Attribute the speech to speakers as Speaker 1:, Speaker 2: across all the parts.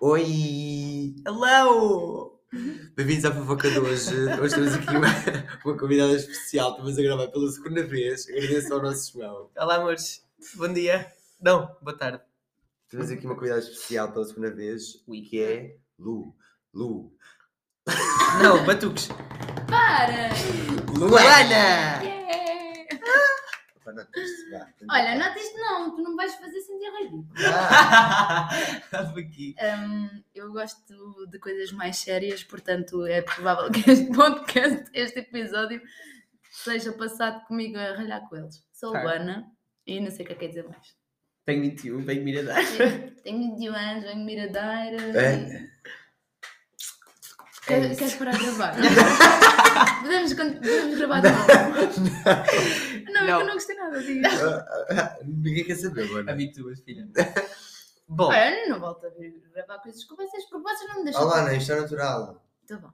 Speaker 1: Oi! Hello! Bem-vindos à fofoca de hoje. Hoje temos aqui uma, uma convidada especial. Estamos a gravar pela segunda vez. Agradeço ao nosso João.
Speaker 2: Olá, amores. Bom dia. Não, boa tarde.
Speaker 1: Temos aqui uma convidada especial pela segunda vez, que é Lu. Lu.
Speaker 2: Não, batuques.
Speaker 3: Para!
Speaker 1: Luana!
Speaker 3: Yeah!
Speaker 1: Opa, não, isto vá.
Speaker 3: Olha, não tens não, tu não vais fazer sentir ridículo.
Speaker 1: Ah,
Speaker 2: Estava aqui.
Speaker 3: Hum, eu gosto de coisas mais sérias, portanto é provável que este podcast, este episódio, seja passado comigo a ralhar com eles. Sou
Speaker 2: Tá.
Speaker 3: a Ana e não sei o que é que é dizer mais.
Speaker 2: Tenho 21, venho miradar.
Speaker 3: Tenho de anos, venho miradeira.
Speaker 1: É.
Speaker 3: Quer-
Speaker 2: É isso.
Speaker 3: Queres parar de gravar? podemos, con- podemos gravar de novo. Não, é que
Speaker 2: Não.
Speaker 3: eu não gostei nada disso.
Speaker 1: ah, Ninguém quer saber, Luana.
Speaker 2: Habituas, filha. Bom,
Speaker 3: Olha, eu não volto a vir gravar coisas com vocês, porque vocês não me deixam.
Speaker 1: Olá, Luana, isto é natural.
Speaker 3: Tá bom.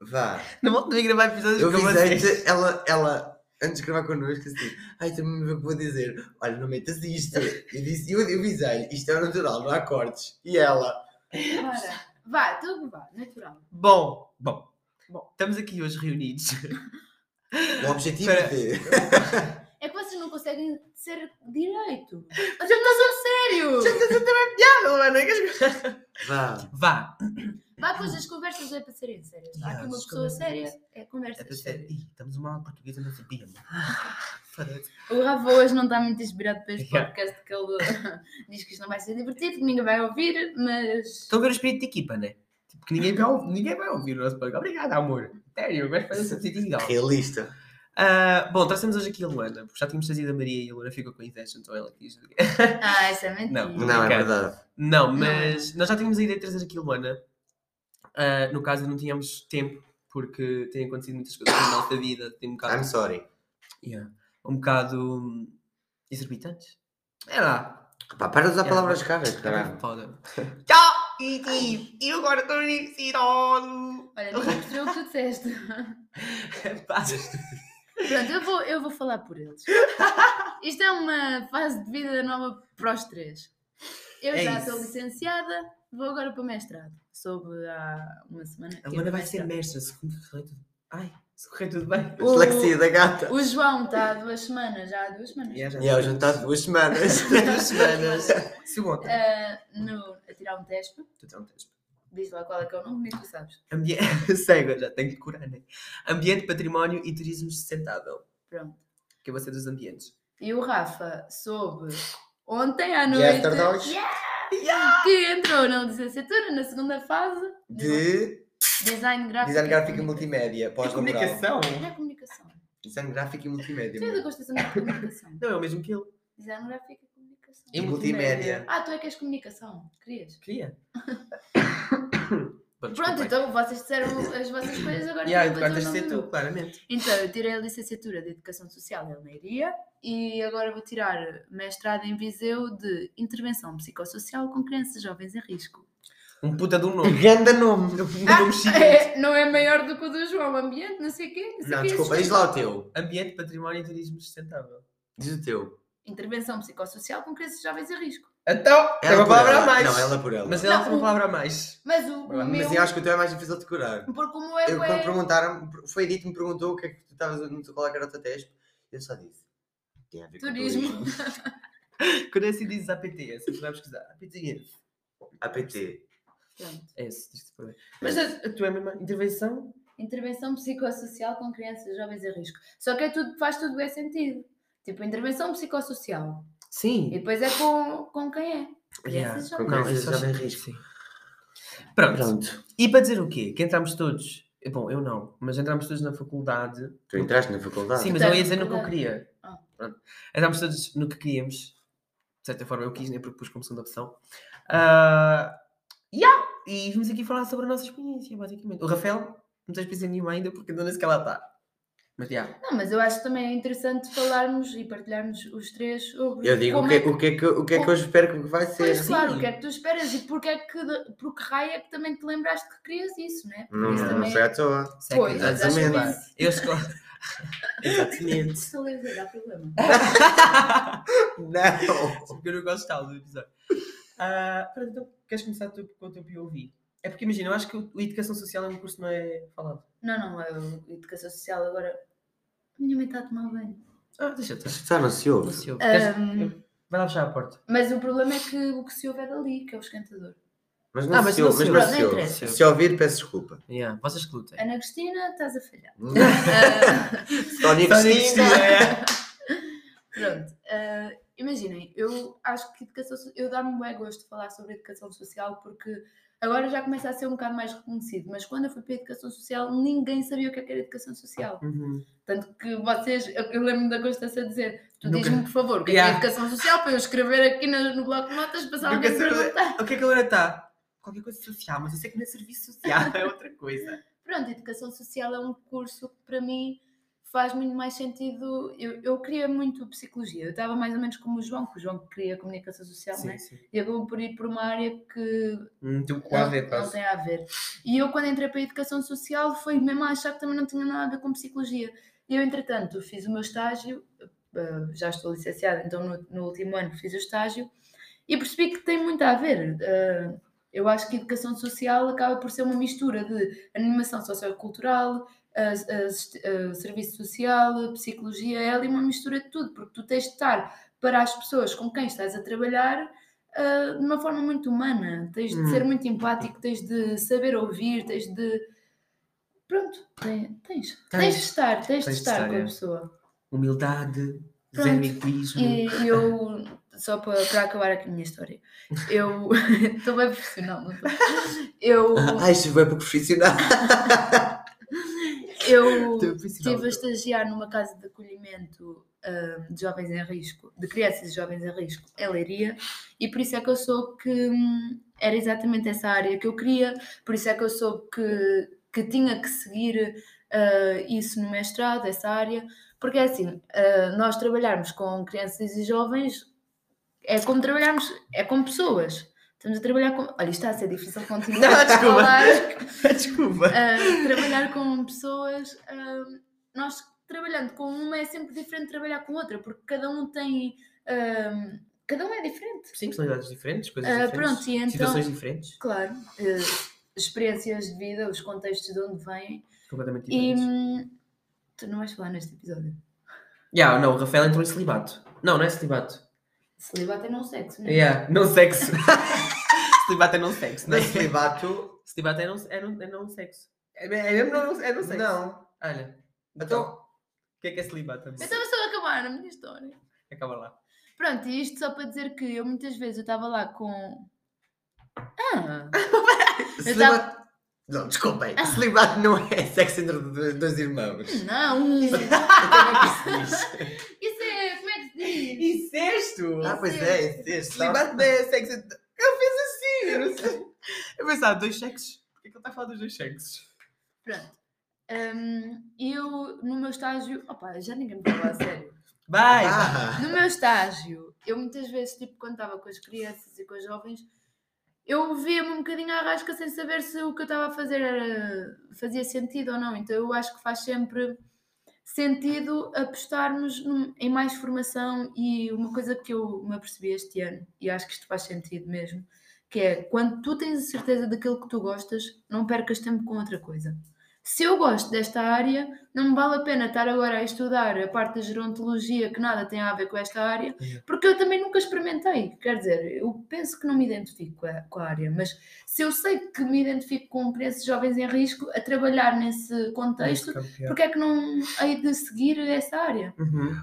Speaker 1: Vá.
Speaker 2: não volto a gravar episódios
Speaker 1: Eu
Speaker 2: com
Speaker 3: assim?
Speaker 2: vocês.
Speaker 1: avisei-te, ela, ela, antes de gravar connosco, assim, ai, também me vou dizer, olha, não metas isto. Eu disse, eu, eu avisei, isto é natural, não há cortes. E ela,
Speaker 3: Bora. Vá, tu vá, natural.
Speaker 2: Bom, bom,
Speaker 3: Bom.
Speaker 2: Estamos aqui hoje reunidos.
Speaker 1: o objetivo
Speaker 2: Espera.
Speaker 1: é ter.
Speaker 3: É que vocês não conseguem ser direito. Mas eu estou a ser sério.
Speaker 1: Vá.
Speaker 2: Vá.
Speaker 3: Vá, pois as conversas é para serem sérias. Há aqui
Speaker 2: Yeah,
Speaker 3: uma
Speaker 2: as
Speaker 3: pessoa
Speaker 2: conversas
Speaker 3: séria, é
Speaker 2: É
Speaker 3: conversa
Speaker 2: para ser.
Speaker 3: séria.
Speaker 2: Ih, estamos uma aula portuguesa, não sabíamos. Foda-se.
Speaker 3: O Rafa hoje não está muito inspirado para este
Speaker 2: Yeah.
Speaker 3: podcast, que ele diz que isto não vai ser divertido, que ninguém vai ouvir, mas.
Speaker 2: Estão a ver o espírito de equipa, né? Tipo, que ninguém vai, ouvir, ninguém vai ouvir o nosso podcast. Obrigado, amor. Sério, vais fazer um sentido legal.
Speaker 1: Realista.
Speaker 2: Ah, bom, trouxemos hoje aqui a Luana, porque já tínhamos trazido a Maria e a Luana ficou com a intenção, então ela quis.
Speaker 3: Ah, isso é mentira.
Speaker 2: Não,
Speaker 1: Não, é
Speaker 2: Obrigado.
Speaker 1: verdade.
Speaker 2: Não,
Speaker 1: é.
Speaker 2: mas nós já tínhamos a ideia de trazer aqui a Luana. Ah, no caso, não tínhamos tempo, porque têm acontecido muitas coisas na nossa vida, tem um
Speaker 3: Tá.
Speaker 1: I'm
Speaker 2: bocado.
Speaker 1: sorry.
Speaker 2: Yeah, um bocado. hum, exorbitantes. É lá.
Speaker 1: Pá, para de usar
Speaker 3: É
Speaker 2: Yeah.
Speaker 1: palavras caras, caralho.
Speaker 2: Foda. Tchau! E tive! E agora estou universitário!
Speaker 3: Olha, ninguém percebeu o que tu disseste.
Speaker 2: Passas.
Speaker 3: Pronto, eu vou, eu vou falar por eles. Isto é uma fase de vida nova para os três. Eu
Speaker 2: É
Speaker 3: já
Speaker 2: isso.
Speaker 3: sou licenciada, vou agora para o mestrado. Soube há uma semana.
Speaker 2: A
Speaker 3: que eu
Speaker 2: Luana
Speaker 3: vou
Speaker 2: vai ser
Speaker 1: é
Speaker 3: mestrado.
Speaker 2: mestra, se correr tudo. Ai, se correr tudo bem.
Speaker 3: O-
Speaker 1: Dislexia da gata.
Speaker 3: O João está há duas semanas, já há duas semanas.
Speaker 2: Yeah, já
Speaker 1: E é, ao juntar duas semanas.
Speaker 2: duas semanas. Segunda.
Speaker 3: ah, no, a tirar um teste.
Speaker 2: Tu tens um teste.
Speaker 3: Diz lá qual é que é o nome, nem tu sabes.
Speaker 2: Ambi- Cego, já tenho que curar, né? Ambiente, património e turismo sustentável.
Speaker 3: Pronto.
Speaker 2: Que é você dos ambientes.
Speaker 3: E o Rafa soube ontem à noite
Speaker 1: After dois?
Speaker 3: Yeah! que entrou na licenciatura, na segunda fase
Speaker 1: De
Speaker 3: design gráfico.
Speaker 1: design gráfico e
Speaker 3: comunica-
Speaker 1: multimédia. Pós-laboral.
Speaker 3: Não é comunicação.
Speaker 1: Design gráfico e multimédia.
Speaker 3: Tu és da construção da comunicação.
Speaker 2: Não, é o mesmo que ele.
Speaker 3: Design gráfico e comunicação.
Speaker 1: E multimédia.
Speaker 3: Ah, tu é que és comunicação. Querias?
Speaker 2: Queria.
Speaker 3: Pronto, então vocês disseram as vossas coisas agora.
Speaker 2: Yeah,
Speaker 3: tenho que
Speaker 2: agora tens de
Speaker 3: fazer o
Speaker 2: ser
Speaker 3: nome
Speaker 2: tu, claramente.
Speaker 3: meu. Então, eu tirei a licenciatura de Educação Social em Almeiria e agora vou tirar mestrado em Viseu de Intervenção Psicossocial com Crianças e Jovens em Risco.
Speaker 2: Um puta de um nome.
Speaker 1: Grande nome.
Speaker 2: Um nome chique.
Speaker 3: É, não é maior do que o do João, ambiente, não sei o quê. Não, sei
Speaker 1: Não,
Speaker 3: o quê,
Speaker 1: desculpa, diz lá o teu.
Speaker 2: é. Ambiente, património e turismo sustentável.
Speaker 1: Diz o teu.
Speaker 3: Intervenção Psicossocial com Crianças e Jovens em Risco.
Speaker 2: Então, é
Speaker 1: Ela
Speaker 2: uma
Speaker 1: por
Speaker 2: palavra
Speaker 1: ela.
Speaker 2: a mais.
Speaker 1: Não, ela por ela.
Speaker 2: Mas ela
Speaker 3: Não,
Speaker 2: tem uma
Speaker 3: o-
Speaker 2: palavra a mais.
Speaker 3: Mas o, o
Speaker 1: Mas
Speaker 3: meu...
Speaker 1: eu acho que o teu é mais difícil de decorar.
Speaker 3: Porque o meu é...
Speaker 1: Eu,
Speaker 3: bué-
Speaker 1: quando perguntaram, foi Edith que me perguntou o que é que tu estavas a qual é que era o teu teste, eu só disse. Tem a ver com
Speaker 3: Turismo.
Speaker 2: Quando é assim dizes APT, essa tu vai pesquisar. APT.
Speaker 1: APT.
Speaker 3: Pronto.
Speaker 2: É esse, tens de saber. Mas a, a tua é a mesma intervenção?
Speaker 3: Intervenção psicossocial com crianças e jovens em risco. Só que é tudo, faz tudo bem sentido. Tipo, intervenção psicossocial.
Speaker 2: Sim.
Speaker 3: E depois é com, com quem é.
Speaker 2: Yeah.
Speaker 3: Crianças
Speaker 1: com
Speaker 3: e jovens.
Speaker 1: quem.
Speaker 2: Não,
Speaker 1: crianças
Speaker 2: isso já
Speaker 1: jovens
Speaker 2: vem
Speaker 1: em risco.
Speaker 2: risco. Pronto.
Speaker 1: Pronto.
Speaker 2: E para dizer o quê? Que entramos todos. eh, Bom, eu não, mas entramos todos na faculdade.
Speaker 1: Tu entraste na faculdade?
Speaker 2: Sim, mas
Speaker 3: Tá,
Speaker 2: eu ia dizer no que eu
Speaker 3: faculdade.
Speaker 2: queria.
Speaker 3: Ah.
Speaker 2: Pronto. Entramos todos no que queríamos. De certa forma, eu quis, nem porque pus como segunda opção. Ah, yeah. E vimos aqui falar sobre a nossa experiência, basicamente. O Rafael não tem experiência nenhuma ainda, porque não sei que ela está. Mas yeah.
Speaker 3: Não, mas eu acho também é interessante falarmos e partilharmos os três sobre
Speaker 1: Eu digo o
Speaker 3: como
Speaker 1: que,
Speaker 3: é que-
Speaker 1: o, que é que, eu- o que é que eu espero que vai ser.
Speaker 3: Pois, claro,
Speaker 2: sim.
Speaker 3: o que é que tu esperas e porque é que, de- por que raio é que também te lembraste que querias isso, né? Porque
Speaker 1: Não,
Speaker 3: isso
Speaker 1: não
Speaker 3: também
Speaker 1: sei à toa.
Speaker 2: Sei é que-
Speaker 3: Pois,
Speaker 1: exatamente.
Speaker 2: Eu escolho.
Speaker 3: é...
Speaker 2: Exatamente.
Speaker 3: Se lembra, dá problema.
Speaker 1: Não!
Speaker 2: Porque eu não gosto de tal do episódio. Ah, pronto, então queres começar tu, com o teu POV? É porque imagina, eu acho que o, o Educação Social é um curso que não é falado.
Speaker 3: Não, não, eu, educação social agora. A minha mãe está a tomar banho.
Speaker 2: Ah, deixa te
Speaker 1: Já não se ouve.
Speaker 3: Ahm.
Speaker 2: Vai lá fechar a porta.
Speaker 3: Mas o problema é que o que se ouve é dali, que é o esquentador.
Speaker 1: Mas não
Speaker 2: Ah, mas
Speaker 1: se
Speaker 2: não
Speaker 1: ouve.
Speaker 2: se
Speaker 1: Mas
Speaker 3: ouve.
Speaker 1: não se
Speaker 3: Não
Speaker 1: ouve.
Speaker 3: interessa.
Speaker 1: Se ouvir, peço desculpa.
Speaker 2: Yeah, vocês que lutem.
Speaker 3: Ana Cristina, estás a falhar.
Speaker 1: Sónia
Speaker 3: Ah,
Speaker 1: Cristina.
Speaker 2: é.
Speaker 3: Pronto, ah, imaginem, eu acho que educação so- eu dá-me um bom gosto de falar sobre educação social porque agora já começa a ser um bocado mais reconhecido, mas quando eu fui para a educação social ninguém sabia o que é que era educação social.
Speaker 2: Uhum.
Speaker 3: Tanto que vocês, eu, eu lembro da Constância dizer, tu
Speaker 2: Nunca-
Speaker 3: diz-me por favor, o que é que
Speaker 2: Yeah.
Speaker 3: é educação social para eu escrever aqui no, no bloco de notas para se alguém me
Speaker 2: Educação-
Speaker 3: perguntar.
Speaker 2: O que é que a Laura está? Qualquer coisa social, mas eu sei que não é serviço social, é outra coisa.
Speaker 3: Pronto, educação social é um curso que para mim faz muito mais sentido. Eu, eu queria muito psicologia, eu estava mais ou menos como o João, que o João queria comunicação social, né?
Speaker 2: sim.
Speaker 3: E acabou por ir por uma área que
Speaker 2: Hum, tu
Speaker 3: não,
Speaker 2: quase é
Speaker 3: não
Speaker 2: quase.
Speaker 3: tem a ver. E eu, quando entrei para a educação social, foi mesmo a achar que também não tinha nada a ver com psicologia. E eu, entretanto, fiz o meu estágio, eh, já estou licenciada, então no, no último ano fiz o estágio, e percebi que tem muito a ver. Eh, Eu acho que a educação social acaba por ser uma mistura de animação sociocultural, as- as- eh, serviço social, psicologia, ela e uma mistura de tudo, porque tu tens de estar para as pessoas com quem estás a trabalhar eh, de uma forma muito humana, tens de
Speaker 2: Hum.
Speaker 3: ser muito empático, tens de saber ouvir, tens de. Pronto, tem- tens. Tens, de
Speaker 2: Tens.
Speaker 3: estar, tens, de
Speaker 2: Tens de
Speaker 3: estar,
Speaker 2: estar,
Speaker 3: com
Speaker 2: é.
Speaker 3: a pessoa.
Speaker 2: Humildade,
Speaker 3: Pronto.
Speaker 2: zero egoísmo.
Speaker 3: E eu, só para, para acabar aqui a minha história, eu estou bem profissional, não estou? Eu,
Speaker 1: Ai, isto vai para o profissional.
Speaker 3: eu
Speaker 2: Teu principal-
Speaker 3: Estive a estagiar numa casa de acolhimento ah, de jovens em risco, de crianças e jovens em risco, em Leiria, e por isso é que eu soube que hum, era exatamente essa área que eu queria, por isso é que eu soube que, que tinha que seguir ah, isso no mestrado, essa área, porque é assim, ah, nós trabalharmos com crianças e jovens é como trabalharmos, é com pessoas. Estamos a trabalhar com. Olha, isto está a ser difícil continuar
Speaker 2: Não,
Speaker 3: a
Speaker 2: desculpa.
Speaker 3: falar.
Speaker 2: Desculpa.
Speaker 3: Uh, trabalhar com pessoas, uh, nós trabalhando com uma é sempre diferente de trabalhar com outra, porque cada um tem. um, cada um é diferente.
Speaker 2: Sim, personalidades diferentes, coisas
Speaker 3: Ah,
Speaker 2: diferentes.
Speaker 3: pronto, e então-
Speaker 2: Situações diferentes.
Speaker 3: Claro. uh, experiências de vida, os contextos de onde vêm.
Speaker 2: Completamente
Speaker 3: E.
Speaker 2: diferentes.
Speaker 3: hum, tu não vais falar neste episódio.
Speaker 2: Yeah, não, o Rafael entrou em celibato. Não, não é celibato.
Speaker 3: Celibato é não sexo, não é?
Speaker 2: Yeah, não sexo. Hum. celibato é não sexo, não
Speaker 1: Não
Speaker 2: é?
Speaker 1: celibato.
Speaker 2: Celibato é não, é não, é não sexo. É, é mesmo não, é não sexo.
Speaker 1: Não.
Speaker 2: Olha, então,
Speaker 1: Então,
Speaker 2: o que é que é celibato?
Speaker 3: Eu estava só a acabar a minha história.
Speaker 2: Acaba lá.
Speaker 3: Pronto, e isto só para dizer que eu muitas vezes eu estava lá com. um Ah!
Speaker 1: celibato. Não, desculpem. Celibato não é sexo entre do- dois irmãos.
Speaker 3: Não!
Speaker 1: Então é que se diz.
Speaker 3: Isso é. Como é que se diz?
Speaker 2: Incesto!
Speaker 1: Ah, pois é, incesto.
Speaker 2: Celibato não é sexo. Eu fiz assim, eu não sei. Eu pensava, dois sexos. Por que é que ele está a falar dos dois sexos?
Speaker 3: Pronto. Hum, eu, no meu estágio. Opa, já ninguém me fala a sério.
Speaker 2: Vai!
Speaker 1: Ah,
Speaker 3: No meu estágio, eu muitas vezes, tipo, quando estava com as crianças e com os jovens, eu via-me um bocadinho à rasca sem saber se o que eu estava a fazer era, fazia sentido ou não. Então eu acho que faz sempre sentido apostarmos num- em mais formação e uma coisa que eu me apercebi este ano, e acho que isto faz sentido mesmo, que é quando tu tens a certeza daquilo que tu gostas, não percas tempo com outra coisa. Se eu gosto desta área, não me vale a pena estar agora a estudar a parte da gerontologia que nada tem a ver com esta área,
Speaker 2: Uhum.
Speaker 3: porque eu também nunca experimentei. Quer dizer, eu penso que não me identifico com a, com a área, mas se eu sei que me identifico com crianças jovens em risco a trabalhar nesse
Speaker 2: tá,
Speaker 3: contexto, porque é que não hei de seguir essa área?
Speaker 2: Uhum.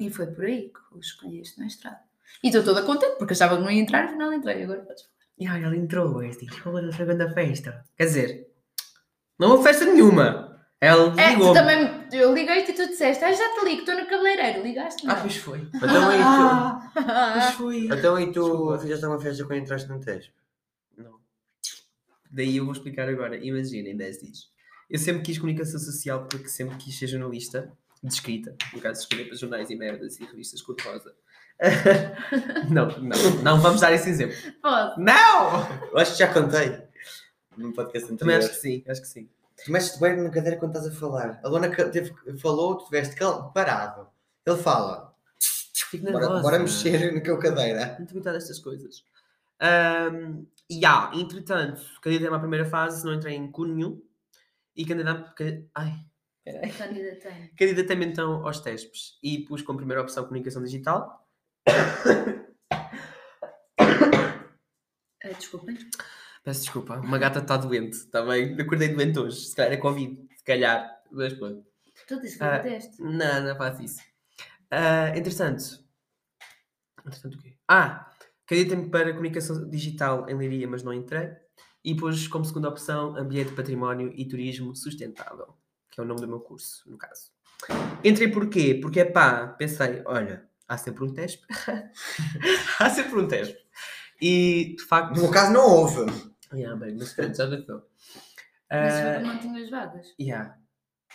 Speaker 3: E foi por aí que eu escolhi este mestrado. E estou toda contente, porque achava que não ia entrar, afinal entrei. Agora podes falar.
Speaker 2: E olha, ele entrou é assim, tipo, hoje, diz, vou na segunda festa. Quer dizer, não houve festa nenhuma. Ela
Speaker 3: É, tu
Speaker 2: ligou.
Speaker 3: também, eu liguei-te e tu disseste, ah, já te ligo, estou no cabeleireiro, ligaste-me.
Speaker 2: Ah, pois foi.
Speaker 1: Então e tu,
Speaker 2: Ah, pois foi.
Speaker 1: então, e tu
Speaker 2: Desculpa.
Speaker 1: fizeste uma festa quando entraste no teste?
Speaker 2: Não. Daí eu vou explicar agora. Imaginem, 10 dias. Eu sempre quis comunicação social porque sempre quis ser jornalista de escrita. No caso, escrever para jornais e merdas e revistas cor rosa. não, não, não vamos dar esse exemplo.
Speaker 3: Pode.
Speaker 2: Não!
Speaker 1: Eu acho que já contei. Num podcast anterior.
Speaker 2: Também acho que sim, acho que sim.
Speaker 1: Tu mexes-te bem na cadeira quando estás a falar. A Lona ca- teve, falou, tu estiveste cal- parado. Ele fala,
Speaker 2: Fico
Speaker 1: bora,
Speaker 2: nervosa.
Speaker 1: bora mexer na tua cadeira.
Speaker 2: Muito cuidado destas coisas. Ahm, e há, entretanto, candidatei-me à primeira fase, não entrei em cu nenhum. E candidatei-me ca- ai, peraí.
Speaker 3: Candidatei.
Speaker 2: candidatei-me então aos TESPs e pus como primeira opção comunicação digital.
Speaker 3: Ah, desculpem.
Speaker 2: Peço desculpa, uma gata está doente também. Acordei doente hoje, se calhar é Covid, se calhar, mas pronto.
Speaker 3: Tu disse que
Speaker 2: Ah.
Speaker 3: era teste.
Speaker 2: Não, não faço isso. Ah, entretanto. Entretanto o quê? Ah! Candidatei-me para comunicação digital em Leiria, mas não entrei. E pus como segunda opção ambiente, património e turismo sustentável, que é o nome do meu curso, no caso. Entrei porquê? Porque, pá, pensei, olha, há sempre um teste. há sempre um teste. E, de
Speaker 1: No
Speaker 2: facto...
Speaker 1: meu caso não houve.
Speaker 2: Yeah, bem, mas pronto, já passou.
Speaker 3: Mas
Speaker 2: Ah,
Speaker 3: foi porque não tinhas vagas.
Speaker 2: Yeah.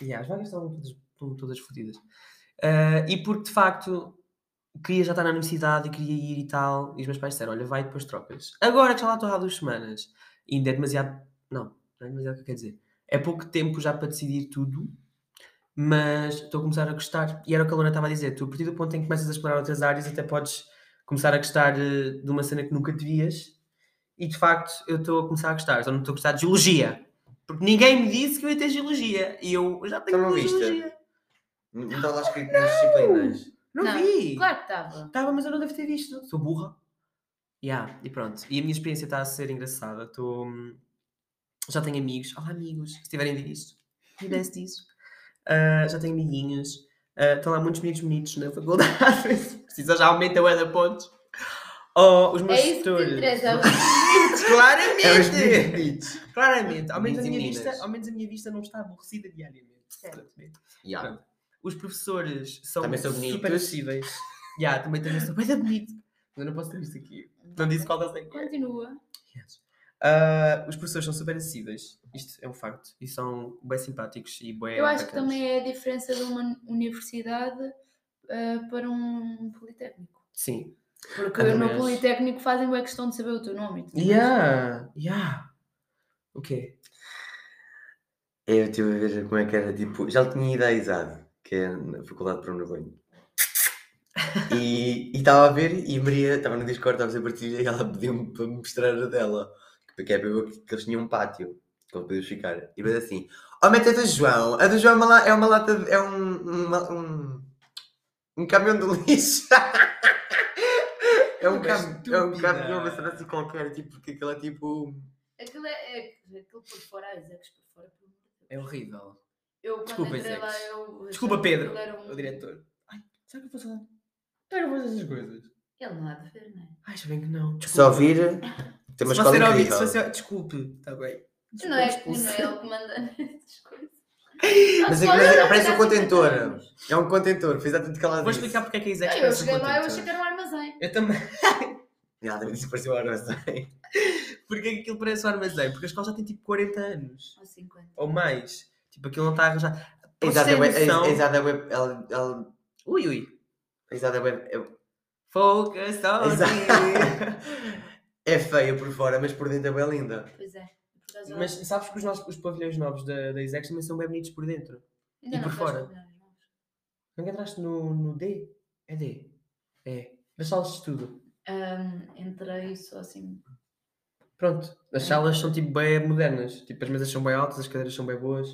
Speaker 2: Yeah, as vagas estão todas, estão todas fodidas. Ah, e porque de facto queria já estar na universidade e queria ir e tal. E os meus pais disseram: Olha, vai e depois trocas. Agora que já lá estou há duas semanas, ainda é demasiado. Não, não é demasiado o que eu quero dizer. É pouco tempo já para decidir tudo, mas estou a começar a gostar. E era o que a Lona estava a dizer: tu, a partir do ponto em que começas a explorar outras áreas, até podes começar a gostar eh, de uma cena que nunca devias. E de facto, eu estou a começar a gostar. Só não estou a gostar de geologia. Porque ninguém me disse que eu ia ter geologia. E eu já tenho
Speaker 1: Então não
Speaker 2: uma
Speaker 1: viste?
Speaker 2: geologia.
Speaker 1: Não está lá escrito nas disciplinas.
Speaker 2: Não,
Speaker 3: Não,
Speaker 2: vi!
Speaker 3: Claro que estava.
Speaker 2: Estava, mas eu não devo ter visto. Sou burra. Yeah, e pronto. E a minha experiência está a ser engraçada. Tô... hum, Já tenho amigos. Olá, amigos. Se tiverem a ver isto. Tivesse disso. Ah, já tenho amiguinhos. Ah, Estão lá muitos meninos bonitos na faculdade. Precisa já aumenta o da pontos. Oh, os meus
Speaker 3: É isso que te
Speaker 2: tutores.
Speaker 3: interessa. é,
Speaker 2: Claramente!
Speaker 1: É os meninos.
Speaker 2: Claramente, ao menos, a
Speaker 1: Meninos e
Speaker 2: minha
Speaker 1: meninas.
Speaker 2: vista, ao menos a minha vista não está aborrecida diariamente.
Speaker 3: Certo.
Speaker 2: Claramente.
Speaker 1: Yeah.
Speaker 2: Os professores são
Speaker 1: Também são bonitos.
Speaker 2: super acessíveis. Já, também também são bem bonito. Eu não posso ter isto aqui. Não disse qual das é que é.
Speaker 3: Continua.
Speaker 2: Yes. Ah, os professores são super acessíveis, isto é um facto, e são bem simpáticos e bem
Speaker 3: Eu acho que
Speaker 2: bacanas.
Speaker 3: também é a diferença de uma universidade ah, para um politécnico.
Speaker 2: Sim.
Speaker 3: Porque
Speaker 2: Ah, também
Speaker 3: no
Speaker 2: acho.
Speaker 3: Politécnico fazem uma questão de saber o teu nome. e tudo mais.
Speaker 2: Yeah, yeah. O quê?
Speaker 1: Eu estive a ver como é que era, tipo, já lhe tinha ido à ISAD, que é na Faculdade de Bruno Gonho. E e estava a ver, e Maria estava no Discord, estava a fazer partilha, e ela pediu-me para me mostrar a dela, que é para eu ver que eles tinham um pátio, que ele podia ficar. E depois assim, oh, mete a do João, a do João é uma, la- é uma lata, de- é um, uma- um, um caminhão de lixo. é, um
Speaker 2: Uma
Speaker 1: cam, é um
Speaker 2: estúpida.
Speaker 1: caminhão, uma cena assim qualquer, tipo, porque aquilo é tipo...
Speaker 3: Aquilo é, é- aquilo por fora, há execs por fora. pelo amor de
Speaker 2: É
Speaker 3: Deus.
Speaker 2: horrível.
Speaker 3: Eu quando
Speaker 2: Desculpa,
Speaker 3: entrei lá,
Speaker 2: execs.
Speaker 3: eu.
Speaker 2: Desculpa,
Speaker 3: achava que
Speaker 2: Pedro,
Speaker 3: aquilo era um-
Speaker 2: O diretor. Ai, será que eu posso falar?
Speaker 1: Então
Speaker 2: Será que eu posso fazer essas coisas?
Speaker 3: Ele não há de ver, não é?
Speaker 2: Ai, já bem que não.
Speaker 1: Só
Speaker 2: Desculpa.
Speaker 1: vir, tem uma
Speaker 2: se você
Speaker 1: escola
Speaker 2: não ouvir,
Speaker 1: incrível.
Speaker 2: se você- Desculpe, está bem. Desculpa,
Speaker 3: Não é, não é
Speaker 2: expulso.
Speaker 3: ele que manda essas coisas.
Speaker 1: Mas
Speaker 3: Ah,
Speaker 1: é
Speaker 3: só
Speaker 1: que parece-
Speaker 3: eu, não,
Speaker 1: parece
Speaker 3: mas
Speaker 1: um
Speaker 3: há cinquenta
Speaker 1: contentor.
Speaker 3: anos.
Speaker 1: É um contentor, fiz exatamente o que ela
Speaker 2: Vou
Speaker 1: disse.
Speaker 2: explicar porque é que a Isaac
Speaker 3: Ah, Eu cheguei lá, eu achei que era um armazém.
Speaker 2: Eu também.
Speaker 1: Ela também disse que parecia um armazém.
Speaker 2: Porque é que aquilo parece um armazém? Porque a escola já tem tipo 40 anos.
Speaker 3: Ou 50.
Speaker 2: Ou mais. Tipo, aquilo não está arranjado.
Speaker 1: A
Speaker 2: Para
Speaker 1: Isada é
Speaker 2: vocês
Speaker 1: web.
Speaker 2: terem noção-
Speaker 1: a Isada é web. Ela. ela-
Speaker 2: Ui, ui.
Speaker 1: A Isada é web. é-
Speaker 2: Focus
Speaker 1: a
Speaker 2: on
Speaker 1: Isada-
Speaker 2: you.
Speaker 1: É feia por fora, mas por dentro é bem linda.
Speaker 3: Pois é. Por causa
Speaker 2: Mas
Speaker 3: da-
Speaker 2: sabes que os, nossos, os pavilhões novos da, da Isaac também são bem bonitos por dentro.
Speaker 3: Ainda
Speaker 2: e
Speaker 3: não
Speaker 2: por
Speaker 3: foste
Speaker 2: fora?
Speaker 3: combinar, não.
Speaker 2: Não entraste no, no D? É D. É. Das salas de estudo.
Speaker 3: Ahm, entrei só assim.
Speaker 2: Pronto. As salas são tipo bem modernas. Tipo, as mesas são bem altas, as cadeiras são bem boas.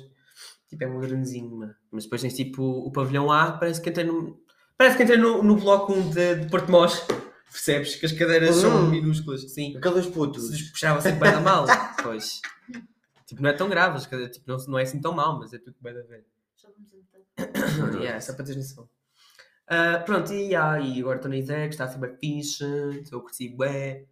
Speaker 2: Tipo, é modernozinho, mano. Mas depois tens tipo o pavilhão A, parece que entrei no. Parece que entrei no, no bloco 1 de, de Portimós. Percebes? Que as cadeiras são
Speaker 1: Hum.
Speaker 2: minúsculas. Sim.
Speaker 1: Aqueles
Speaker 2: se
Speaker 1: putos.
Speaker 2: nos puxava sempre bem da mal. Pois. Tipo, não é tão grave, quer dizer, tipo, não, não é assim tão mal, mas é tudo bem da ver.
Speaker 3: Já vamos entrar.
Speaker 2: yeah, só para teres noção. Ah, pronto, e, ah, e agora estou na ideia, que está a ser bem fixe, estou a curtir bué.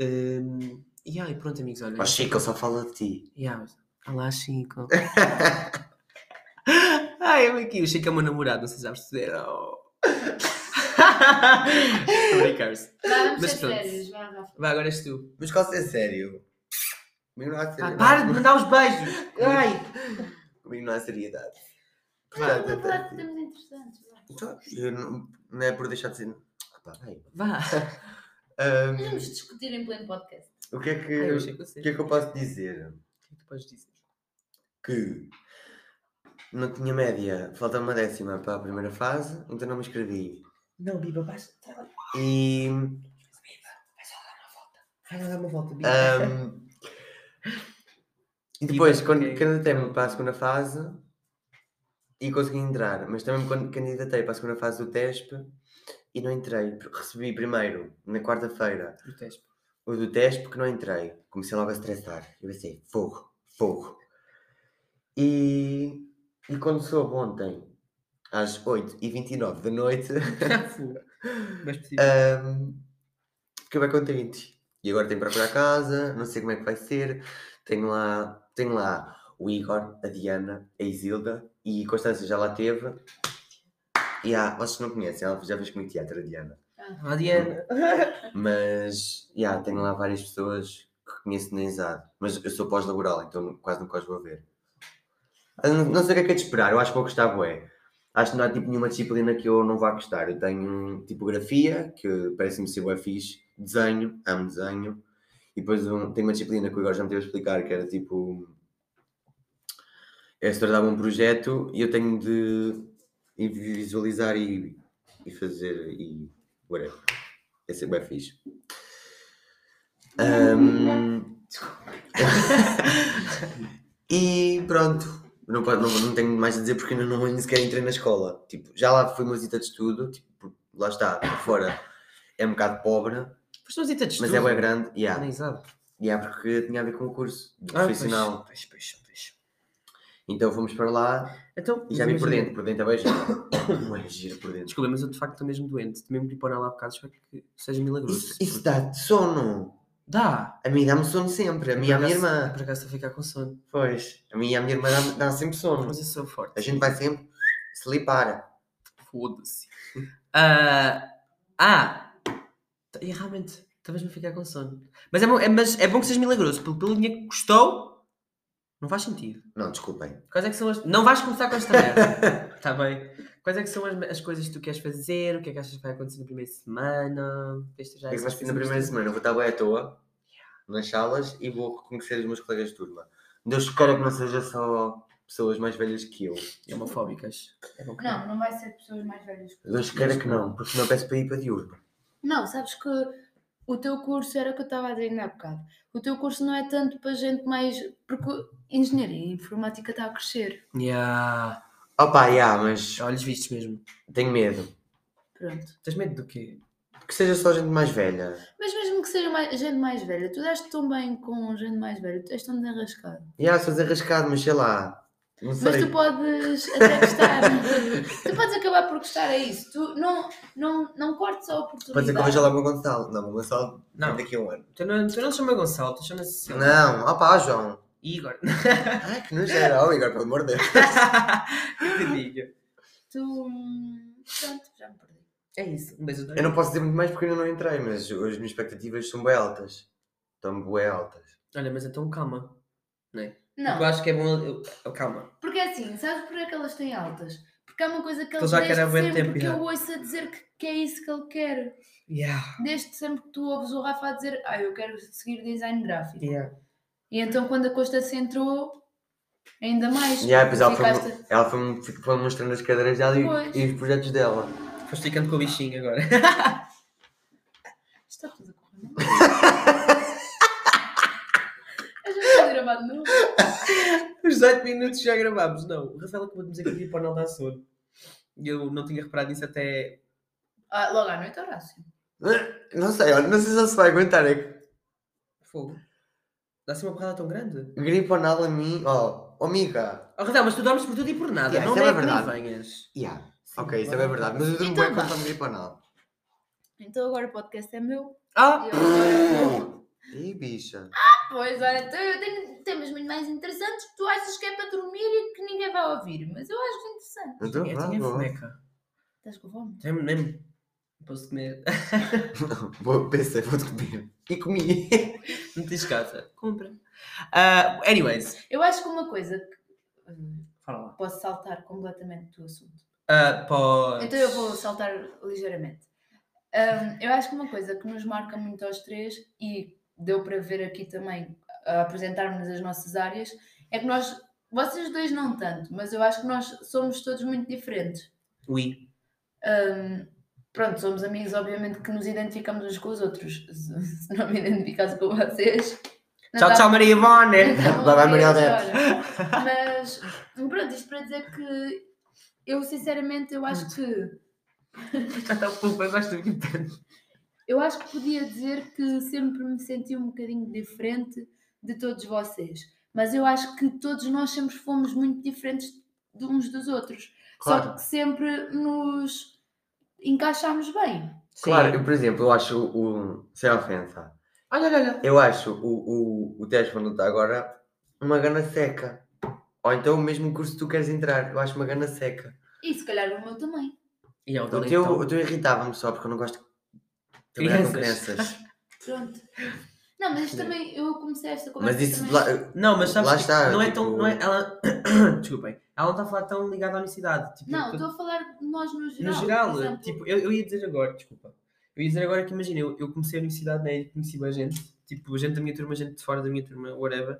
Speaker 2: Hum, e ah, e pronto, amigos, olha.
Speaker 1: Ó Chico, só fala de ti.
Speaker 2: Yeah. Olá, Chico. Ai, eu aqui, o Chico é o meu namorado, não sei se já perceberam. Estou a brincar-se.
Speaker 3: Vá, vamos
Speaker 2: Mas
Speaker 3: ser
Speaker 2: pronto.
Speaker 3: sérios. Vá, Rafa.
Speaker 2: Vai, agora és tu.
Speaker 1: Mas qual é sério? Comigo não há
Speaker 2: Pá,
Speaker 1: seriedade.
Speaker 2: Ah, para de mandar os beijos! Ai!
Speaker 1: Comigo não há seriedade.
Speaker 3: Mas
Speaker 1: Portanto,
Speaker 3: vamos falar de
Speaker 1: até-
Speaker 3: temas interessantes. vá.
Speaker 1: Então, eu não- Não é por deixar de ser. Ah, pá, vai.
Speaker 2: Vá!
Speaker 1: Ahm,
Speaker 3: Vamos discutir em pleno podcast.
Speaker 1: O que é
Speaker 2: Ai, eu
Speaker 1: que.
Speaker 2: achei que eu
Speaker 1: O
Speaker 2: sei.
Speaker 1: que é que eu posso dizer?
Speaker 2: O que é que tu podes dizer?
Speaker 1: que não tinha média, faltava uma décima para a primeira fase, então não me inscrevi.
Speaker 2: Não, Biba, basta.
Speaker 1: E
Speaker 2: Vai lá dar uma volta, Bia.
Speaker 1: Ahm, e depois,
Speaker 2: Viva,
Speaker 1: quando
Speaker 2: ok.
Speaker 1: candidatei-me para a segunda fase e consegui entrar, mas também quando candidatei para a segunda fase do TESP e não entrei, porque recebi primeiro, na quarta-feira,
Speaker 2: Do teste.
Speaker 1: o do TESP que não entrei. Comecei logo a estressar. Eu pensei, fogo, fogo. E, e quando soube ontem, às 8h29 da noite,
Speaker 2: Mas preciso.
Speaker 1: Ahm, fiquei bem contente. E agora tenho que procurar casa, não sei como é que vai ser. Tenho lá, tenho lá o Igor, a Diana, a Isilda e a Constância já lá teve. E há, vocês não conhecem, ela já fez comigo teatro, a Diana.
Speaker 2: Ah, Diana.
Speaker 1: Mas e há, tenho lá várias pessoas que conheço na ESAD. Mas eu sou pós-laboral, então quase nunca os vou ver. Ah, Não, não sei o que é que é de esperar, eu acho que vou gostar, bué. Acho que não há tipo nenhuma disciplina que eu não vá gostar. Eu tenho tipografia, que parece-me ser bué fixe, desenho, amo desenho. E depois um, tenho uma disciplina que o Igor já me teve a explicar, que era tipo... É se tratava um projeto e eu tenho de ir visualizar e, e fazer e whatever. Esse é bem fixe. Ahm, e pronto. Não, po- não, não tenho mais a dizer porque ainda não nem sequer entrei na escola. Tipo, já lá fui uma visita de estudo, tipo, porque lá está, fora é um bocado pobre,
Speaker 2: Pois não visita de
Speaker 1: mas
Speaker 2: estudo.
Speaker 1: é bem grande. E yeah.
Speaker 2: Organizado.
Speaker 1: yeah, porque tinha a ver com o curso de
Speaker 2: Ah,
Speaker 1: profissional.
Speaker 2: Pois, pois, pois, pois.
Speaker 1: Então fomos para lá
Speaker 2: Então,
Speaker 1: E já vi por
Speaker 2: imagina-
Speaker 1: dentro, por dentro é bem giro. Ué, giro por dentro.
Speaker 2: Desculpa, mas eu de facto estou mesmo doente. Mesmo que lhe pôr lá bocados, espero que seja milagroso.
Speaker 1: Isso, isso dá-te sono.
Speaker 2: Dá!
Speaker 1: A mim dá-me sono sempre. A mim e
Speaker 2: Por
Speaker 1: à minha
Speaker 2: acaso-
Speaker 1: irmã.
Speaker 2: Por acaso estou a ficar com sono.
Speaker 1: Pois. A mim e à minha irmã dá-me- dá sempre sono.
Speaker 2: Mas eu sou forte.
Speaker 1: A gente vai sempre slipar.
Speaker 2: Foda-se. Ah, ah! T- E realmente, talvez me ficar com sono. Mas é bom, é, mas é bom que seja milagroso. Pelo, pelo dinheiro que custou, não faz sentido.
Speaker 1: Não, desculpem.
Speaker 2: Quais é que são as. Não vais começar com esta merda. Está bem? Quais é que são as, as coisas que tu queres fazer? O que é que achas que vai acontecer na primeira semana? Este já assim,
Speaker 1: O que é que vais fazer na
Speaker 2: este-
Speaker 1: primeira semana? Eu Vou estar bem à toa nas salas e vou reconhecer os meus colegas de turma. Deus queira que não seja só pessoas mais velhas que eu.
Speaker 2: É homofóbicas. É bom que
Speaker 3: Não, não vai ser pessoas mais velhas. que eu.
Speaker 1: Deus queira que não, porque senão eu peço para ir para diurno.
Speaker 3: Não, sabes que o teu curso era o que eu estava a dizer ainda há bocado. O teu curso não é tanto para gente mais. Porque engenharia e informática está a crescer.
Speaker 2: Yeah.
Speaker 1: Opa, yeah, mas
Speaker 2: Olhos vistos mesmo.
Speaker 1: tenho medo.
Speaker 3: Pronto.
Speaker 2: Tens medo do quê?
Speaker 1: Que seja só gente mais velha.
Speaker 3: Mas mesmo que seja mais- gente mais velha, tu deste tão bem com gente mais velha, tu és tão desenrascado.
Speaker 1: E yeah, sou desenrascado, mas sei lá. Não
Speaker 3: Mas
Speaker 1: sei.
Speaker 3: tu podes até gostar. tu podes acabar por gostar, é isso. Tu não, não, não cortes a
Speaker 1: Pode
Speaker 3: oportunidade.
Speaker 1: ser que eu veja logo o Gonçalo. Não, o Gonçalo
Speaker 2: Não.
Speaker 1: daqui a um ano.
Speaker 2: Tu Então não, tu não chama Gonçalo, tu chama Cecília.
Speaker 1: Não, opá, João.
Speaker 2: Igor.
Speaker 1: Ai, que nojo era. Oh, Igor, pelo amor de Deus.
Speaker 2: Eu te digo.
Speaker 3: Tu. hum, Pronto, já me perdi.
Speaker 2: É isso. Um beijo
Speaker 1: Eu não posso dizer muito mais porque ainda não entrei, mas as minhas expectativas são bem altas. Estão bem altas.
Speaker 2: Olha, mas então calma.
Speaker 3: Não,
Speaker 2: Eu acho que é bom. eu- eu- calma.
Speaker 3: porque é assim, sabes porquê que elas têm altas? Porque há uma coisa que
Speaker 2: Ele
Speaker 3: eles
Speaker 2: já
Speaker 3: desde
Speaker 2: quer há bué
Speaker 3: sempre
Speaker 2: tempo,
Speaker 3: que
Speaker 2: já.
Speaker 3: eu ouço a dizer que, que é isso que ele quer.
Speaker 2: Yeah.
Speaker 3: Desde sempre que tu ouves o Rafa a dizer, ah, eu quero seguir design gráfico.
Speaker 2: Yeah.
Speaker 3: E então quando a Constância entrou, ainda mais.
Speaker 1: E aí, depois ela
Speaker 3: Ficaste-
Speaker 1: foi, ela foi, foi mostrando as cadeiras dela
Speaker 3: Pois.
Speaker 1: e, e os projetos dela.
Speaker 2: Foste ficando com o bichinho agora.
Speaker 3: Está tudo a correr mal. Eu já estou gravado no.
Speaker 2: Os 18 minutos já gravámos. Não, o Rafael acabou de dizer que ia para o Nel da Sono. E eu não tinha reparado nisso até.
Speaker 3: Ah, logo à noite, Horácio.
Speaker 1: Não sei, olha, não sei se ela se vai aguentar. É que
Speaker 2: Fogo. Dá-se uma porrada tão grande.
Speaker 1: gripe ou nada a mim. Oh, oh amiga.
Speaker 2: Oh, Rafael, mas tu dormes por tudo e por nada.
Speaker 1: Yeah,
Speaker 2: não
Speaker 1: isso é
Speaker 2: é
Speaker 1: bem
Speaker 2: que
Speaker 1: verdade.
Speaker 2: nem venhas.
Speaker 1: Yeah.
Speaker 2: Sim,
Speaker 1: Ok, isso é
Speaker 2: vai.
Speaker 1: bem verdade. Mas eu durmo
Speaker 3: Então
Speaker 1: bem quando
Speaker 3: vá.
Speaker 1: tomo gripe ou nada.
Speaker 3: Então agora o podcast é meu.
Speaker 2: Ah!
Speaker 3: E eu agora.
Speaker 1: Ih, bicha.
Speaker 3: Pois olha, então eu tenho temas muito mais interessantes que tu achas que é para dormir e que ninguém vai ouvir, mas eu acho interessante.
Speaker 1: Eu estou
Speaker 2: Eu tinha
Speaker 1: bravo.
Speaker 2: fomeca.
Speaker 3: Estás com fome?
Speaker 2: Tenho mesmo. Posso comer.
Speaker 1: Vou pensar, vou-te comer. E comi.
Speaker 2: Não tens casa. Compra. Ah, anyways.
Speaker 3: Eu acho que uma coisa que hum,
Speaker 2: Fala lá.
Speaker 3: posso saltar completamente do assunto.
Speaker 2: Ah, podes.
Speaker 3: Então eu vou saltar ligeiramente. Hum, eu acho que uma coisa que nos marca muito aos três e deu para ver aqui também a apresentarmos as nossas áreas é que nós, vocês dois não tanto, mas eu acho que nós somos todos muito diferentes.
Speaker 2: Ui.
Speaker 3: Hum, Pronto, somos amigos, obviamente, que nos identificamos uns com os outros. Se se não me identificasse com vocês. não
Speaker 2: Tchau,
Speaker 3: dá-
Speaker 2: tchau, Maria Bonner.
Speaker 3: Tá bom,
Speaker 1: Vai, vai,
Speaker 3: Maria,
Speaker 1: Maria
Speaker 3: chora. Mas pronto, isto para dizer que eu sinceramente eu acho que
Speaker 2: Já está pouco, eu gosto muito tanto.
Speaker 3: eu acho que podia dizer que sempre me senti um bocadinho diferente de todos vocês. Mas eu acho que todos nós sempre fomos muito diferentes de uns dos outros. Só
Speaker 1: Claro.
Speaker 3: que sempre nos encaixámos bem.
Speaker 1: Claro, eu, por exemplo, eu acho o. Sem ofensa.
Speaker 2: Olha, olha, olha.
Speaker 1: Eu acho o, o, o teste quando está agora uma gana seca. Ou então o mesmo curso que tu queres entrar. Eu acho uma gana seca.
Speaker 3: E se calhar o meu também.
Speaker 2: E é o
Speaker 1: O
Speaker 2: Dalí,
Speaker 1: teu,
Speaker 2: então.
Speaker 1: o teu irritava-me só porque eu não gosto de trabalhar com
Speaker 2: Crianças.
Speaker 1: crianças.
Speaker 3: Pronto. Não, mas isto também eu comecei esta conversa.
Speaker 1: Mas isso. de
Speaker 3: é também-
Speaker 1: lá-
Speaker 2: Não, mas sabes
Speaker 1: Lá
Speaker 2: que
Speaker 1: está,
Speaker 2: não é
Speaker 1: tipo-
Speaker 2: tão. Não é, ela... Desculpem. Ela não está a falar tão ligada à unicidade. Tipo,
Speaker 3: Não,
Speaker 2: quando-
Speaker 3: estou a falar de nós no
Speaker 2: No
Speaker 3: geral. por
Speaker 2: geral,
Speaker 3: exemplo.
Speaker 2: tipo, eu, eu ia dizer agora, desculpa. Eu ia dizer agora que imagina, eu, eu comecei a universidade, né? E conheci bem gente, tipo, gente da minha turma, gente de fora da minha turma, whatever.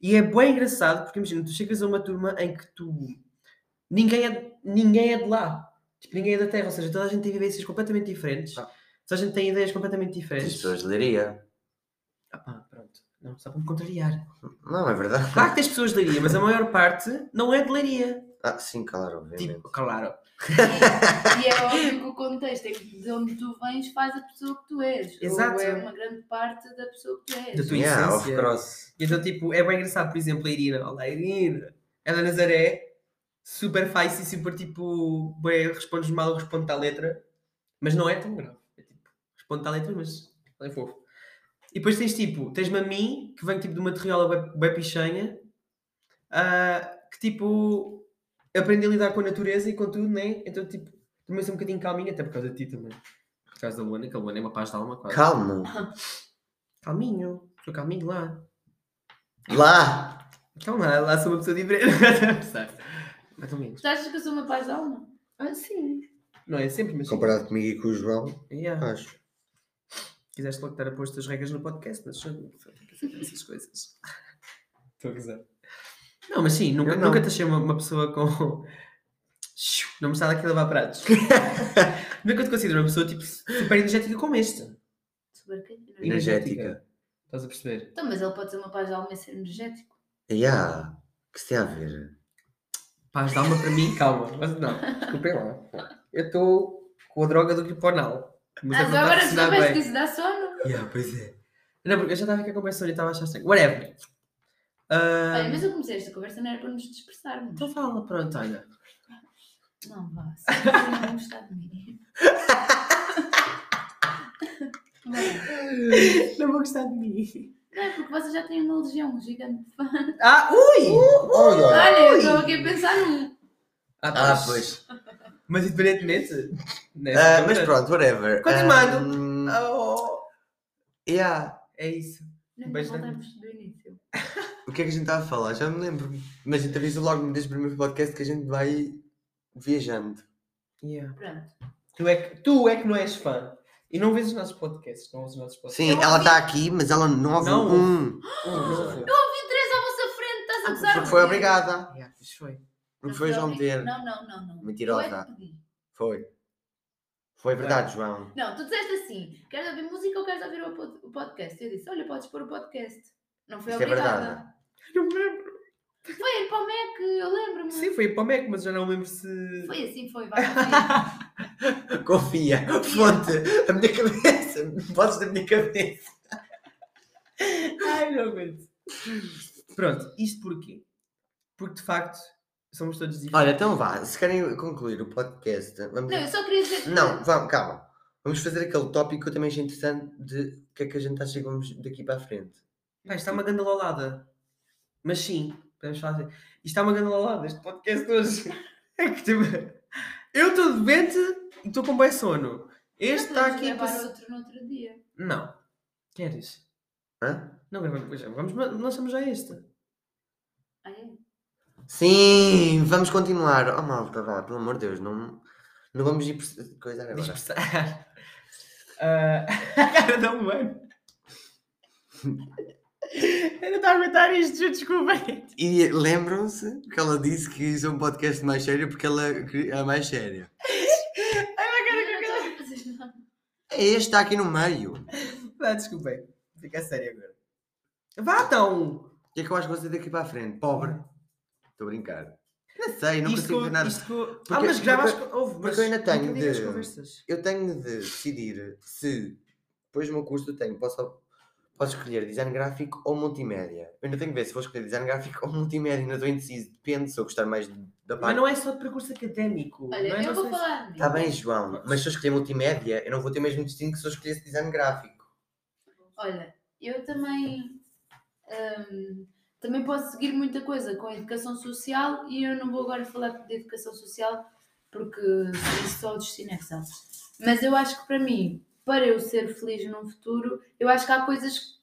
Speaker 2: E é bem engraçado porque imagina, tu chegas a uma turma em que tu. Ninguém é, ninguém é de lá. Tipo, ninguém é da terra, ou seja, toda a gente tem vivências completamente diferentes.
Speaker 1: Ah.
Speaker 2: Toda a gente tem ideias completamente
Speaker 1: As
Speaker 2: diferentes.
Speaker 1: pessoas de leiria.
Speaker 2: Ah, pá, pronto. Não, só para me contrariar.
Speaker 1: Não, é verdade.
Speaker 2: Claro que tens pessoas de leiria, mas a maior parte não é de leiria.
Speaker 1: Ah, sim, claro, obviamente.
Speaker 2: Tipo, claro.
Speaker 3: E é óbvio que o contexto é que de onde tu vens faz a pessoa que tu és.
Speaker 2: Exato.
Speaker 3: Ou é uma grande parte da pessoa que tu és.
Speaker 2: Da tua
Speaker 1: yeah, of
Speaker 2: essência.
Speaker 1: course.
Speaker 2: Então, tipo, é bem engraçado, por exemplo, a Irina. Olá, Irina. Ela é Nazaré, super fácil, super tipo, bué, respondes mal, responde-te à letra, mas não é tão grave. É tipo, responde-te à letra, mas ela é fofo. E depois tens tipo, tens-me a mim, que vem tipo de uma terriola bué- bué pichanha, ah, que tipo, aprende a lidar com a natureza e com tudo, né? Então, tipo, também sou um bocadinho calminha, até por causa de ti também. Por causa da Luana, que a Luana é uma paz de alma, quase.
Speaker 1: Calmo.
Speaker 2: Calminho, sou calminho lá.
Speaker 1: Lá!
Speaker 2: Calma, lá sou uma pessoa diferente. Sabe? Mais ou menos.
Speaker 3: Tu achas que eu sou uma paz de alma? Ah, sim.
Speaker 2: Não é sempre, mas.
Speaker 1: Comparado Ah. comigo e com o João,
Speaker 2: Yeah.
Speaker 1: acho.
Speaker 2: Quiseste logo estar a pôr as regras no podcast, mas eu- essas coisas. Estou a gozar. Não, mas sim, nunca,
Speaker 1: Eu não.
Speaker 2: nunca te achei uma, uma pessoa com. Shiu, Não me está daqui a lavar pratos. nunca te considero uma pessoa tipo, super energética como esta.
Speaker 3: Super querida.
Speaker 1: Energética.
Speaker 2: Estás a perceber?
Speaker 3: é? Então, mas ele pode ser uma paz de alma e ser energético.
Speaker 1: Yeah. O que se tem a ver?
Speaker 2: Paz, dá uma para mim, calma. Mas não, desculpem lá. Eu estou com a droga do griponal. Mas
Speaker 3: Ah,
Speaker 2: é porque está a
Speaker 3: agora
Speaker 2: funcionar
Speaker 3: desculpa
Speaker 2: bem.
Speaker 3: que isso dá sono.
Speaker 1: Yeah, pois é.
Speaker 2: Não, porque eu já estava aqui a conversar e estava a achar estranho. Whatever. Ah,
Speaker 3: Olha, mas eu comecei esta conversa não era para nos dispersarmos.
Speaker 2: Então fala, pronto, olha.
Speaker 3: Não, vá. Se você não gostar de mim. Bem,
Speaker 2: Não vou gostar de mim.
Speaker 3: não é porque vocês já têm uma legião gigante de fãs.
Speaker 2: Ah, ui!
Speaker 1: Olha!
Speaker 3: Olha, eu estou aqui a pensar num.
Speaker 1: Ah, pois.
Speaker 2: Mas independentemente. né?
Speaker 1: Ah, mas pronto, whatever.
Speaker 2: Continuando.
Speaker 1: Um,
Speaker 2: Ah, oh.
Speaker 1: yeah.
Speaker 2: É isso.
Speaker 3: Não
Speaker 2: Bem,
Speaker 3: voltamos do início.
Speaker 1: O que é que a gente estava a falar? Já me lembro. Mas entrevista logo desde o primeiro podcast que a gente vai viajando.
Speaker 2: Yeah.
Speaker 3: Pronto.
Speaker 2: Tu, é que, tu é que não és fã. E não vês os nossos podcasts. Não ouves os nossos podcasts.
Speaker 1: Sim,
Speaker 3: Eu
Speaker 1: ela
Speaker 3: ouvi-
Speaker 1: está aqui, mas ela não ouve
Speaker 2: Não.
Speaker 1: um.
Speaker 2: Oh, não.
Speaker 3: Ouvi três à vossa frente, estás a gozar?
Speaker 1: Porque foi obrigada.
Speaker 2: Yeah, pois foi.
Speaker 1: Porque foi o João meter.
Speaker 3: Não, não, não. não.
Speaker 1: Mentirosa.
Speaker 3: Eu é que pedi.
Speaker 1: Foi. Foi verdade, João.
Speaker 3: Não, tu disseste assim: queres ouvir música ou queres ouvir o pod- o podcast? Eu disse: olha, podes pôr o podcast. Não foi
Speaker 1: Isto é
Speaker 3: obrigada.
Speaker 2: Eu me lembro.
Speaker 3: foi ir para o Mac, eu lembro-me.
Speaker 2: Sim, foi para o Mac, mas já não lembro se.
Speaker 3: Foi assim, foi. Vai, vai.
Speaker 1: Confia. Fonte. A minha cabeça. Vozes da minha cabeça.
Speaker 2: Ai, não aguento. Pronto, isto porquê? Porque de facto somos todos diferentes.
Speaker 1: Olha, então vá. Se querem concluir o podcast, vamos.
Speaker 3: não, eu só queria dizer que.
Speaker 1: Não, vamos, calma. Vamos fazer aquele tópico que eu também achei interessante de o que é que a gente acha que vamos daqui para a frente.
Speaker 2: Pá, isto está uma gandalolada. Mas sim, podemos falar assim. Isto está uma gandalolada, este podcast hoje. É que tipo, eu estou doente e estou com bem sono. Este está
Speaker 3: podemos
Speaker 2: aqui.
Speaker 3: gravar
Speaker 2: pass-
Speaker 3: outro no outro dia.
Speaker 2: Não. Queres?
Speaker 1: Hã?
Speaker 2: Não gravamos depois. Vamos, lançamos já este.
Speaker 3: Ah, é?
Speaker 1: Sim, vamos continuar. Oh malta, vá, pelo amor de Deus, não, não vamos ir por- coisar
Speaker 3: É
Speaker 1: agora.
Speaker 2: Dispersar. Ah, a cara da humano. Eu não estou a aguentar isto, desculpem.
Speaker 1: E lembram-se que ela disse que isso é um podcast mais sério porque ela é a mais séria.
Speaker 3: Eu não estava a fazer
Speaker 1: É este, está aqui no meio.
Speaker 2: Vá, desculpem. Fica sério agora. Vá então!
Speaker 1: O que é que eu acho que você daqui para a frente? Pobre. Estou a brincar. Não sei, não
Speaker 2: Isto
Speaker 1: consigo
Speaker 2: com-
Speaker 1: ver nada.
Speaker 2: isto com- Ah,
Speaker 1: Porque-
Speaker 2: mas grava as
Speaker 1: porque-
Speaker 2: co- ouve, mas
Speaker 1: porque eu ainda tenho
Speaker 2: nunca digo as
Speaker 1: de-
Speaker 2: conversas.
Speaker 1: Eu tenho de decidir se depois do meu curso eu tenho, posso, posso escolher design gráfico ou multimédia. Eu ainda tenho de ver se vou escolher design gráfico ou multimédia, ainda estou indeciso, depende se eu gostar mais da
Speaker 2: Mas
Speaker 1: parte.
Speaker 2: não é só de percurso académico.
Speaker 3: Olha,
Speaker 2: não é só
Speaker 3: eu vou
Speaker 2: isso.
Speaker 3: falar.
Speaker 1: Está Tá
Speaker 2: Uhum.
Speaker 1: bem, João, mas se eu escolher multimédia, eu não vou ter o mesmo destino que se eu escolhesse design gráfico.
Speaker 3: Olha, eu também. hum, também posso seguir muita coisa com a educação social e eu não vou agora falar de educação social porque isso só o destino é que sabe. Mas eu acho que para mim, para eu ser feliz num futuro, eu acho que há coisas,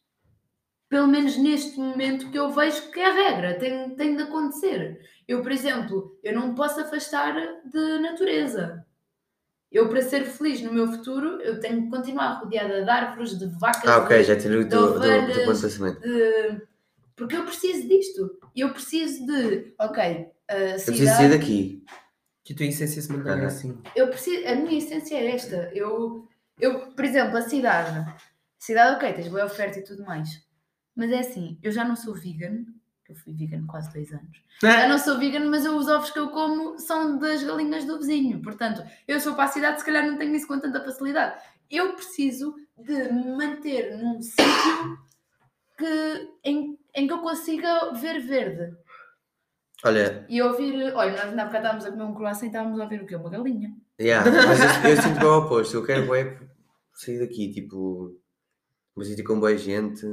Speaker 3: pelo menos neste momento, que eu vejo que é a regra, tem, tem de acontecer. Eu, por exemplo, eu não me posso afastar de natureza. Eu, para ser feliz no meu futuro, eu tenho que continuar rodeada de árvores, de vacas,
Speaker 1: Ah, ok,
Speaker 3: de-
Speaker 1: já tirei o teu, do, do ponto de pensamento.
Speaker 3: de- Eh, Porque eu preciso disto. Eu preciso de. Ok, a
Speaker 1: Eu preciso sair
Speaker 3: cidade.
Speaker 1: daqui.
Speaker 2: Que a tua essência se mantém
Speaker 1: Aham.
Speaker 2: assim.
Speaker 3: Eu preciso, a minha essência é esta. Eu, eu, por exemplo, a cidade. A cidade, ok, tens boa oferta e tudo mais. Mas é assim, eu já não sou vegan. Eu fui vegan quase dois anos.
Speaker 2: Ah,
Speaker 3: Eu não sou vegan, mas eu, os ovos que eu como são das galinhas do vizinho. Portanto, eu sou para a cidade, se calhar não tenho isso com tanta facilidade. Eu preciso de me manter num sítio que, em, em que eu consiga ver verde.
Speaker 1: Olha,
Speaker 3: E ouvir. Olha, nós ainda há bocado estávamos a comer um croissant e estávamos a ouvir o quê? Uma galinha.
Speaker 1: yeah, mas eu, eu sinto bem o oposto. Eu quero bué sair daqui, tipo, um sítio com boa gente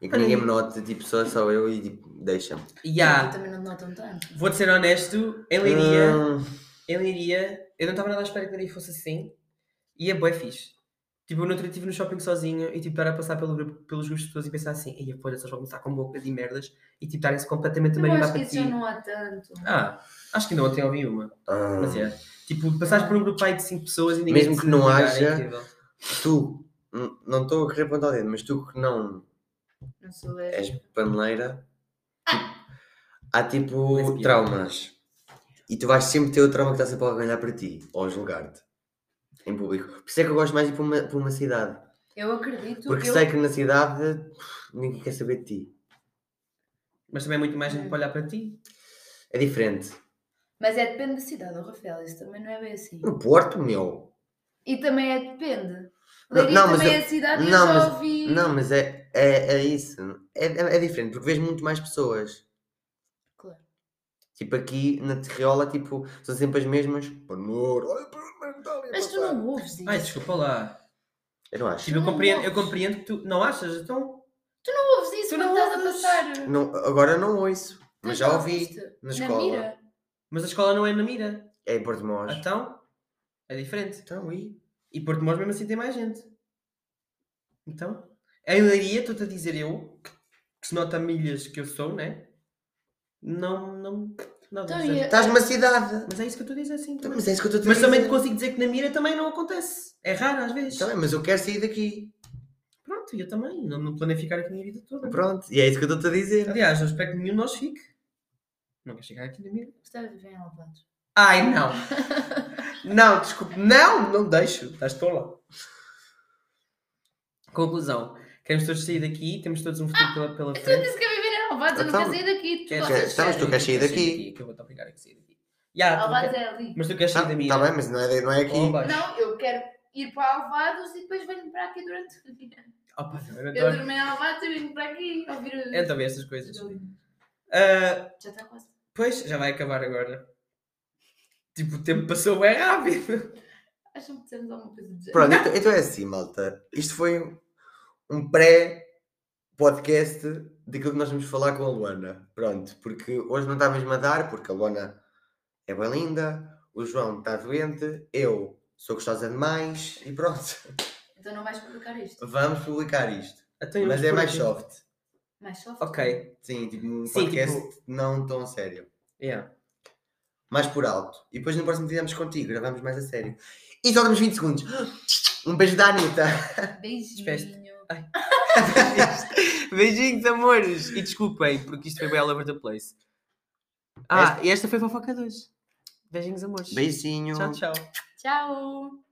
Speaker 1: e que
Speaker 2: Olha,
Speaker 1: ninguém
Speaker 2: e-
Speaker 1: me note, tipo, só, só eu e tipo, deixa-me.
Speaker 3: Eu
Speaker 2: Ya,
Speaker 3: também não notam tanto.
Speaker 2: vou-te ser honesto, em Leiria,
Speaker 1: Hum,
Speaker 2: em Leiria, eu não estava nada à espera que Leiria fosse assim e é bué fixe. Tipo, eu não estive no shopping sozinho e tipo, estar a passar pelo, grupo- pelos gostos de pessoas e pensar assim, ei, pô, essas vão começar com bocas e merdas e tipo, estarem-se completamente a
Speaker 3: Eu
Speaker 2: marimbar
Speaker 3: acho que
Speaker 2: para
Speaker 3: isso
Speaker 2: ti.
Speaker 3: já não há tanto.
Speaker 2: Ah, acho que ainda ontem ouvi uma,
Speaker 1: hum.
Speaker 2: mas é. Tipo, passares por um grupo aí de 5 pessoas e ninguém
Speaker 1: Mesmo
Speaker 2: te
Speaker 1: que não
Speaker 2: ligar, é
Speaker 1: haja-
Speaker 2: incrível.
Speaker 1: tu, n- não estou a querer apontar o dedo, mas tu que não
Speaker 3: Não sou lésbica.
Speaker 1: és paneleira,
Speaker 3: Ah.
Speaker 1: há tipo
Speaker 2: Lesbiana.
Speaker 1: traumas. E tu vais sempre ter o trauma que está sempre a olhar para ti, ou a julgar-te, em público. Por isso é que eu gosto mais de ir para uma, para uma cidade.
Speaker 3: Eu acredito.
Speaker 1: Porque
Speaker 3: eu...
Speaker 1: sei que na cidade pff, ninguém quer saber de ti.
Speaker 2: Mas também é muito mais gente para olhar para ti.
Speaker 1: É diferente.
Speaker 3: Mas é depende da cidade, ó, Rafael. Isso também não é bem assim.
Speaker 1: No Porto, meu.
Speaker 3: E também é depende.
Speaker 1: Não,
Speaker 3: Leiria
Speaker 1: não, mas
Speaker 3: também
Speaker 1: eu-
Speaker 3: é a cidade e eu
Speaker 1: não,
Speaker 3: já
Speaker 1: mas-
Speaker 3: ouvi.
Speaker 1: Não, mas é, é, é isso. É, é, é diferente, porque vês muito mais pessoas.
Speaker 3: Claro.
Speaker 1: Tipo aqui na Terriola, tipo, são sempre as mesmas. Panor, olha para é
Speaker 3: Mas tu não ouves isso.
Speaker 2: Ai, desculpa lá.
Speaker 1: Eu não acho.
Speaker 2: Tipo, eu
Speaker 3: Não
Speaker 2: compreendo, eu
Speaker 3: ouves.
Speaker 2: compreendo que tu não achas, então...
Speaker 3: Tu ouves isso
Speaker 2: Tu
Speaker 3: quando
Speaker 2: não
Speaker 3: estás a
Speaker 2: ouves.
Speaker 3: passar.
Speaker 1: Não, agora não ouço,
Speaker 3: Tu
Speaker 1: mas
Speaker 2: Então,
Speaker 1: já ouvi.
Speaker 3: ouviste?
Speaker 1: na escola.
Speaker 3: mira?
Speaker 2: Mas a escola não é na mira.
Speaker 1: É em Portimós.
Speaker 2: Então, é diferente.
Speaker 1: Então, e?
Speaker 2: E Portimós mesmo assim tem mais gente. Então, em Leiria, estou-te a dizer eu, que se nota milhas que eu sou, né? Não, não, não.
Speaker 3: Então,
Speaker 2: não sei.
Speaker 3: e a-
Speaker 1: Estás numa cidade.
Speaker 2: Mas é isso que eu estou a dizer, sim. também.
Speaker 1: Mas é isso que eu estou a
Speaker 2: Mas também te
Speaker 1: dizer.
Speaker 2: consigo dizer que na mira também não acontece. É raro às vezes.
Speaker 1: Está bem, mas eu quero sair daqui.
Speaker 2: Pronto, eu também. Não, não planei ficar aqui a minha vida toda.
Speaker 1: Pronto, e é isso que eu estou a dizer.
Speaker 2: Aliás, não espero que nenhum de nós fique. Não quer chegar aqui na mira.
Speaker 3: Estás a viver em Alvados.
Speaker 2: Ai, não. não, desculpe. Não, não deixo. Estás tola. Conclusão. Queremos todos sair daqui, temos todos um futuro pela, pela
Speaker 3: Tu
Speaker 2: frente.
Speaker 3: disse que então eu viver em Alvados, eu não
Speaker 1: Então,
Speaker 3: quero sair daqui. Tu
Speaker 2: Queres-
Speaker 1: Ok,
Speaker 3: gostas
Speaker 1: tá, mas tu
Speaker 3: de sair.
Speaker 1: queres sair daqui?
Speaker 2: Que eu vou-te obrigar a sair daqui. Ya, tu
Speaker 3: Alvados
Speaker 2: quer-
Speaker 3: é ali.
Speaker 2: Mas tu queres sair
Speaker 1: Está
Speaker 2: da minha.
Speaker 1: Tá, bem, mas não é, não é
Speaker 2: Oh,
Speaker 1: aqui.
Speaker 2: baixo.
Speaker 3: Não, eu quero ir para Alvados e depois venho para aqui durante o dia.
Speaker 2: Oh, pá, eu
Speaker 3: Eu
Speaker 2: adoro.
Speaker 3: dormi em Alvados e venho para aqui ouvir o-
Speaker 2: Eu também estas Então, coisas.
Speaker 3: o-
Speaker 2: Ah,
Speaker 3: Já está quase.
Speaker 2: pois, já vai acabar agora. Tipo, o tempo passou bem rápido.
Speaker 3: Acham que dissemos alguma coisa de
Speaker 1: Pronto, então, então é assim, malta. Isto foi um- um pré-podcast daquilo que nós vamos falar com a Luana. Pronto, porque hoje não está mesmo a dar, porque a Luana é bem linda, o João está doente, eu sou gostosa demais e pronto.
Speaker 3: Então não vais publicar isto.
Speaker 1: Vamos publicar isto.
Speaker 2: Então,
Speaker 1: Mas
Speaker 2: vamos
Speaker 1: é
Speaker 2: por
Speaker 1: mais
Speaker 2: aqui.
Speaker 1: soft.
Speaker 3: Mais soft.
Speaker 2: Ok.
Speaker 1: Sim, tipo um
Speaker 2: Sim,
Speaker 1: podcast
Speaker 2: tipo-
Speaker 1: não tão sério.
Speaker 2: Yeah.
Speaker 1: Mais por alto. E depois no próximo fizemos contigo, gravamos mais a sério. E só damos 20 segundos. Um beijo da Anitta.
Speaker 3: Beijinho.
Speaker 2: Beijinhos, amores. E desculpem, porque isto foi bem all over the place. Ah, e esta foi a fofoca de hoje. Beijinhos, amores.
Speaker 1: Beijinho.
Speaker 2: Tchau, tchau.
Speaker 3: Tchau.